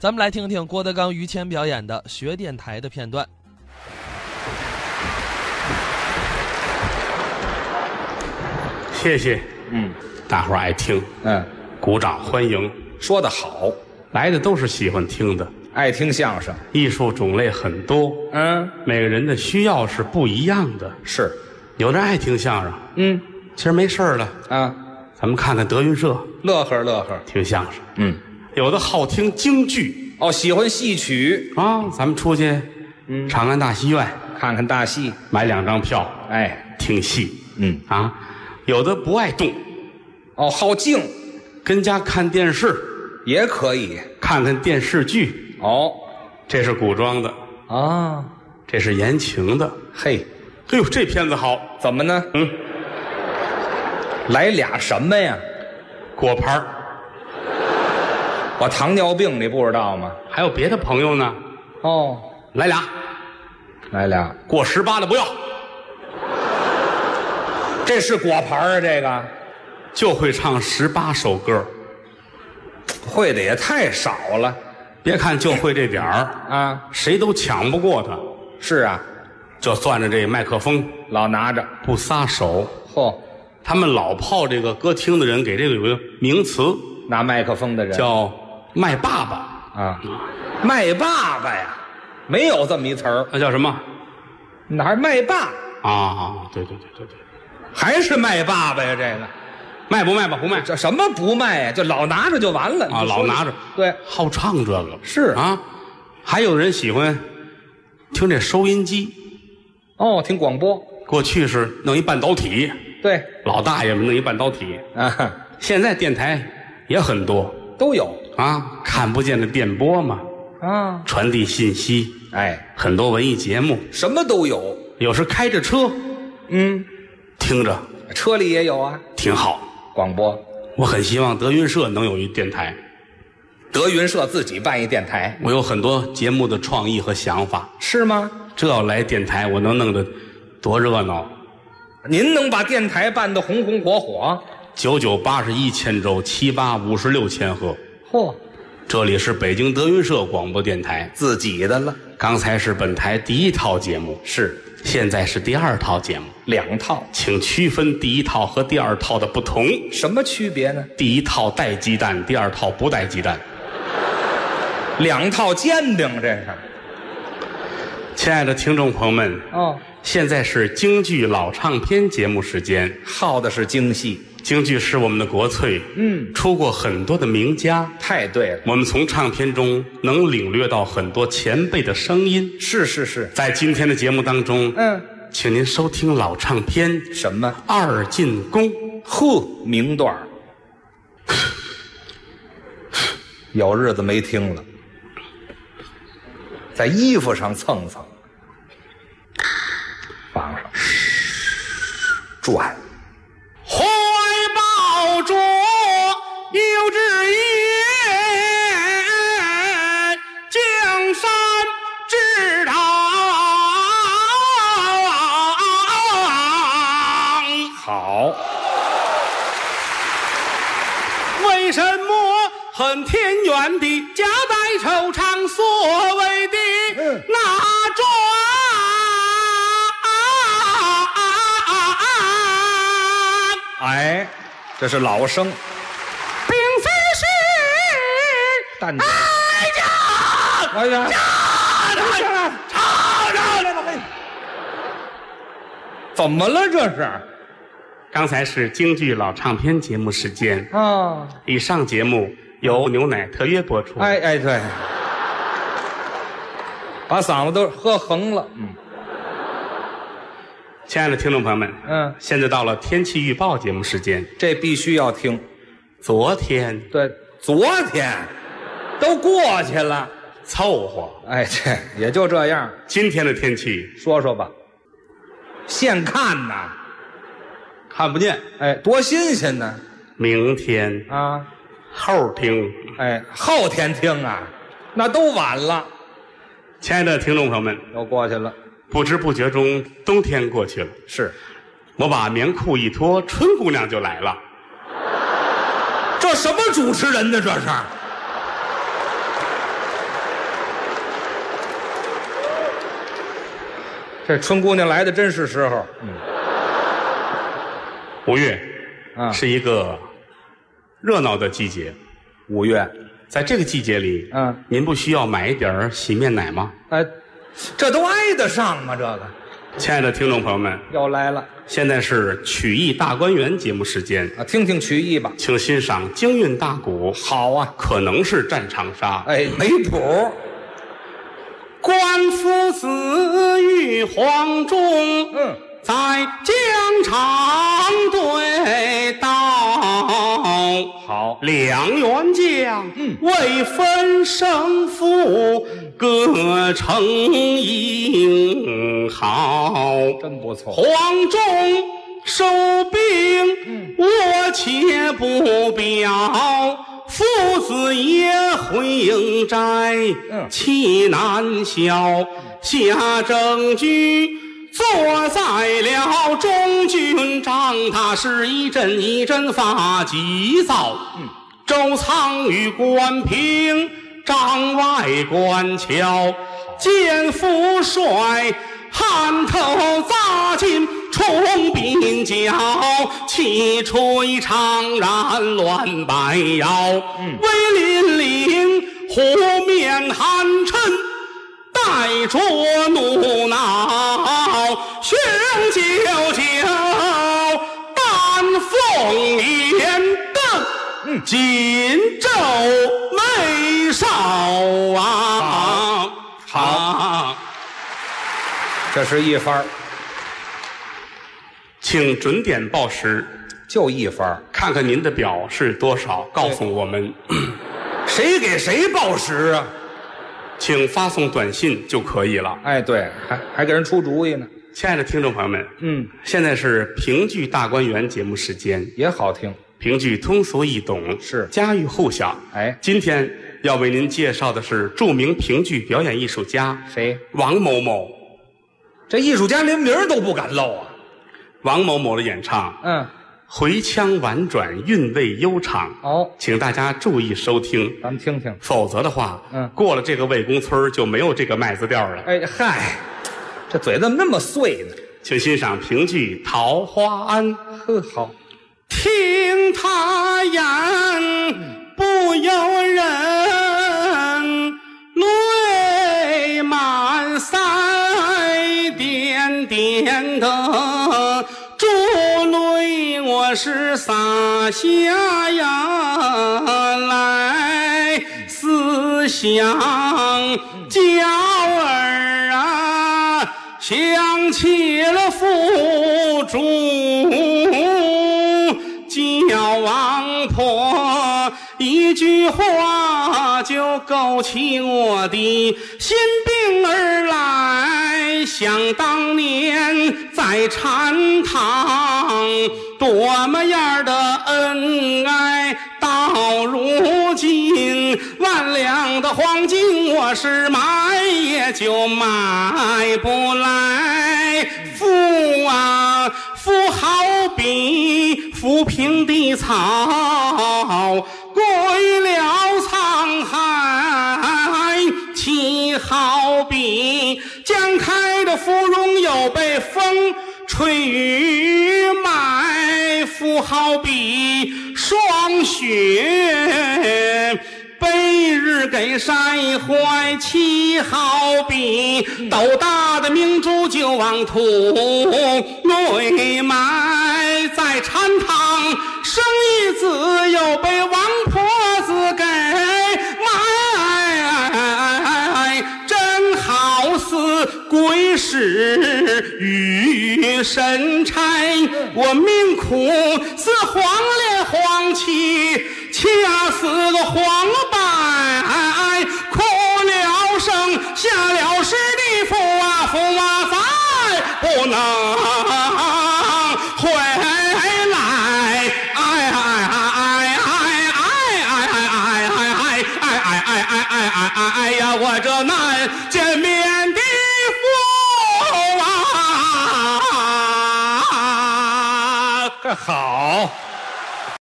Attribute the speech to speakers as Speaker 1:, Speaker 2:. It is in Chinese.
Speaker 1: 咱们来听听郭德纲、于谦表演的学电台的片段。
Speaker 2: 谢谢
Speaker 3: 嗯
Speaker 2: 大伙儿爱听，
Speaker 3: 嗯，
Speaker 2: 鼓掌欢迎。
Speaker 3: 说的好，
Speaker 2: 来的都是喜欢听的，
Speaker 3: 爱听相声。
Speaker 2: 艺术种类很多，
Speaker 3: 嗯，
Speaker 2: 每个人的需要是不一样的。
Speaker 3: 是，
Speaker 2: 有的人爱听相声，
Speaker 3: 嗯
Speaker 2: 今儿没事儿了，
Speaker 3: 啊，
Speaker 2: 咱们看看德云社
Speaker 3: 乐呵乐呵。
Speaker 2: 听相声。
Speaker 3: 嗯，
Speaker 2: 有的好听京剧
Speaker 3: 哦，喜欢戏曲，
Speaker 2: 啊，咱们出去，
Speaker 3: 嗯
Speaker 2: 长安大戏院
Speaker 3: 看看大戏。
Speaker 2: 买两张票
Speaker 3: 哎，
Speaker 2: 听戏
Speaker 3: 嗯，
Speaker 2: 啊。有的不爱动，
Speaker 3: 哦，好静
Speaker 2: 跟家看电视，
Speaker 3: 也可以。
Speaker 2: 看看电视剧。
Speaker 3: 哦
Speaker 2: 这是古装的，
Speaker 3: 啊，
Speaker 2: 这是言情的。
Speaker 3: 嘿，
Speaker 2: 哎呦，这片子好，
Speaker 3: 怎么呢？
Speaker 2: 嗯，
Speaker 3: 来俩什么呀？
Speaker 2: 果盘儿
Speaker 3: 我糖尿病，你不知道吗？
Speaker 2: 还有别的朋友呢，
Speaker 3: 哦，
Speaker 2: 来俩
Speaker 3: 来俩，
Speaker 2: 过十八的不要，
Speaker 3: 这是果盘儿啊，这个
Speaker 2: 就会唱十八首歌。
Speaker 3: 会的也太少了
Speaker 2: 别看就会这点儿，
Speaker 3: 啊。
Speaker 2: 谁都抢不过他。
Speaker 3: 是啊，
Speaker 2: 就攥着这麦克风
Speaker 3: 老拿着，
Speaker 2: 不撒手，
Speaker 3: 嚯、
Speaker 2: 他们老泡这个歌厅的人给这个有个名词
Speaker 3: 拿麦克风的人
Speaker 2: 叫“麦爸爸
Speaker 3: 啊，麦爸爸呀，没有这么一词儿”，，
Speaker 2: 那叫什么？
Speaker 3: 哪儿麦霸？
Speaker 2: 啊，对对对对对，
Speaker 3: 还是麦爸爸呀？这个
Speaker 2: 卖不卖吧？不卖
Speaker 3: 这什么不卖呀？就老拿着就完了
Speaker 2: 啊，
Speaker 3: 你就说
Speaker 2: 老拿着，
Speaker 3: 对，
Speaker 2: 好唱这个
Speaker 3: 是
Speaker 2: 啊，还有人喜欢听这收音机，
Speaker 3: 哦，听广播
Speaker 2: 过去是弄一半导体，
Speaker 3: 对
Speaker 2: 老大爷们弄一半导体，
Speaker 3: 啊，
Speaker 2: 现在电台也很多
Speaker 3: 都有
Speaker 2: 啊，看不见的电波嘛，
Speaker 3: 啊，
Speaker 2: 传递信息，
Speaker 3: 哎，
Speaker 2: 很多文艺节目，
Speaker 3: 什么都有，
Speaker 2: 有时开着车
Speaker 3: 嗯，
Speaker 2: 听着
Speaker 3: 车里也有啊，
Speaker 2: 挺好。
Speaker 3: 广播。
Speaker 2: 我很希望德云社能有一电台，
Speaker 3: 德云社自己办一电台
Speaker 2: 我有很多节目的创意和想法，
Speaker 3: 是吗？
Speaker 2: 这要来电台，我能弄得多热闹。
Speaker 3: 您能把电台办得红红火火？
Speaker 2: 九九八十一千州，七八五十六千赫。
Speaker 3: 嚯、
Speaker 2: 这里是北京德云社广播电台，
Speaker 3: 自己的了，
Speaker 2: 刚才是本台第一套节目，
Speaker 3: 是
Speaker 2: 现在是第二套节目，
Speaker 3: 两套，
Speaker 2: 请区分第一套和第二套的不同。
Speaker 3: 什么区别呢？
Speaker 2: 第一套带鸡蛋，第二套不带鸡蛋。
Speaker 3: 两套煎饼这是。
Speaker 2: 亲爱的听众朋友们，
Speaker 3: 哦，
Speaker 2: 现在是京剧老唱片节目时间。
Speaker 3: 耗的是精细，
Speaker 2: 京剧是我们的国粹，
Speaker 3: 嗯，
Speaker 2: 出过很多的名家，
Speaker 3: 太对了。
Speaker 2: 我们从唱片中能领略到很多前辈的声音。
Speaker 3: 是是是，
Speaker 2: 在今天的节目当中，
Speaker 3: 嗯，
Speaker 2: 请您收听老唱片《
Speaker 3: 什么？
Speaker 2: 二进宫》。
Speaker 3: 呵，名段儿， 有日子没听了，在衣服上蹭蹭，放上，转，
Speaker 2: 怀抱着幼稚园，江山之堂。
Speaker 3: 好，
Speaker 2: 为什么恨天远的夹带惆怅？所谓的那桩。
Speaker 3: 哎，这是老生，
Speaker 2: 并非是
Speaker 3: 淡定，
Speaker 2: 哀家
Speaker 3: 哎 呀，
Speaker 2: 吵吵来
Speaker 3: 怎么了这是？
Speaker 2: 刚才是京剧老唱片节目时间，
Speaker 3: 啊，
Speaker 2: 以上节目由牛奶特约播出。
Speaker 3: 哎哎对，把嗓子都喝横了，嗯
Speaker 2: 亲爱的听众朋友们，
Speaker 3: 嗯，
Speaker 2: 现在到了天气预报节目时间。
Speaker 3: 这必须要听。
Speaker 2: 昨天
Speaker 3: 对，昨天都过去了，
Speaker 2: 凑合，
Speaker 3: 哎，这也就这样。
Speaker 2: 今天的天气
Speaker 3: 说说吧，现看呐，
Speaker 2: 看不见，
Speaker 3: 哎，多新鲜呢
Speaker 2: 明天、
Speaker 3: 啊！
Speaker 2: 后听。
Speaker 3: 哎，后天听啊，那都晚了，
Speaker 2: 亲爱的听众朋友们，
Speaker 3: 又过去了。
Speaker 2: 不知不觉中冬天过去了，
Speaker 3: 是，
Speaker 2: 我把棉裤一脱，春姑娘就来了。
Speaker 3: 这什么主持人呢？这是这春姑娘来的真是时候。
Speaker 2: 五月
Speaker 3: 啊
Speaker 2: 是一个热闹的季节，
Speaker 3: 五月，
Speaker 2: 在这个季节里，
Speaker 3: 嗯，
Speaker 2: 您不需要买一点儿洗面奶吗？
Speaker 3: 哎，这都挨得上吗？这个
Speaker 2: 亲爱的听众朋友们，
Speaker 3: 要来了
Speaker 2: 现在是曲艺大观园节目时间，
Speaker 3: 啊，听听曲艺吧。
Speaker 2: 请欣赏京韵大鼓。
Speaker 3: 好啊，
Speaker 2: 可能是战长沙。
Speaker 3: 哎，没谱。
Speaker 2: 官夫子与黄忠，
Speaker 3: 嗯，
Speaker 2: 在疆场对道。
Speaker 3: 好，
Speaker 2: 两员将未分胜负，各逞英豪。
Speaker 3: 真不错。
Speaker 2: 黄忠收
Speaker 3: 嗯
Speaker 2: 兵，我且不表。父子爷回营寨
Speaker 3: 嗯，
Speaker 2: 气难消。夏正居坐在了中军帐，他是一阵一阵发急躁。
Speaker 3: 嗯
Speaker 2: 周仓与关平、帐外观瞧，见父帅汗头扎进冲鬓角，气吹长髯乱摆摇，威凛凛，湖面寒嗔。带着怒恼，雄赳赳，丹凤眼瞪，紧皱眉梢啊！好，
Speaker 3: 这是一番儿
Speaker 2: 请准点报时，
Speaker 3: 就一番儿
Speaker 2: 看看您的表是多少，告诉我们，
Speaker 3: 谁给谁报时啊？
Speaker 2: 请发送短信就可以了。
Speaker 3: 哎，对，还还给人出主意呢。
Speaker 2: 亲爱的听众朋友们，
Speaker 3: 嗯，
Speaker 2: 现在是评剧大观园节目时间。
Speaker 3: 也好听。
Speaker 2: 评剧通俗易懂，
Speaker 3: 是
Speaker 2: 家喻户晓。
Speaker 3: 哎
Speaker 2: 今天要为您介绍的是著名评剧表演艺术家
Speaker 3: 谁？
Speaker 2: 王某某。
Speaker 3: 这艺术家连名儿都不敢露啊。
Speaker 2: 王某某的演唱，
Speaker 3: 嗯，
Speaker 2: 回腔婉转，韵味悠长。
Speaker 3: 哦
Speaker 2: 请大家注意收听，
Speaker 3: 咱们听听。
Speaker 2: 否则的话，
Speaker 3: 嗯
Speaker 2: 过了这个魏公村儿就没有这个麦子调了。
Speaker 3: 哎嗨，这嘴怎么那么碎呢？
Speaker 2: 请欣赏评剧《桃花庵》。
Speaker 3: 呵，好，
Speaker 2: 听他言，不由人泪满腮，点点的珠泪我是洒下呀来，思想娇儿啊。想起了父主叫王婆，一句话就勾起我的心病而来。想当年在禅堂，多么样的恩爱，到如今万两的黄金，我是买也就买不来。富啊，富好比浮萍的草，归了沧海；其好比将开的芙蓉，又被风吹雨埋；富好比霜雪。被日给晒坏，气好比斗大的明珠就往土内埋，在禅堂生一子又被王婆子给埋，真哎好似鬼使与神差，我命苦似黄连黄芪，掐死个黄柏，哭了声，下了师的父啊父啊，再不能回来，哎哎哎哎哎哎哎哎！哎哎哎哎哎哎哎哎哎哎哎呀！我这难见面的父啊！
Speaker 3: 这好，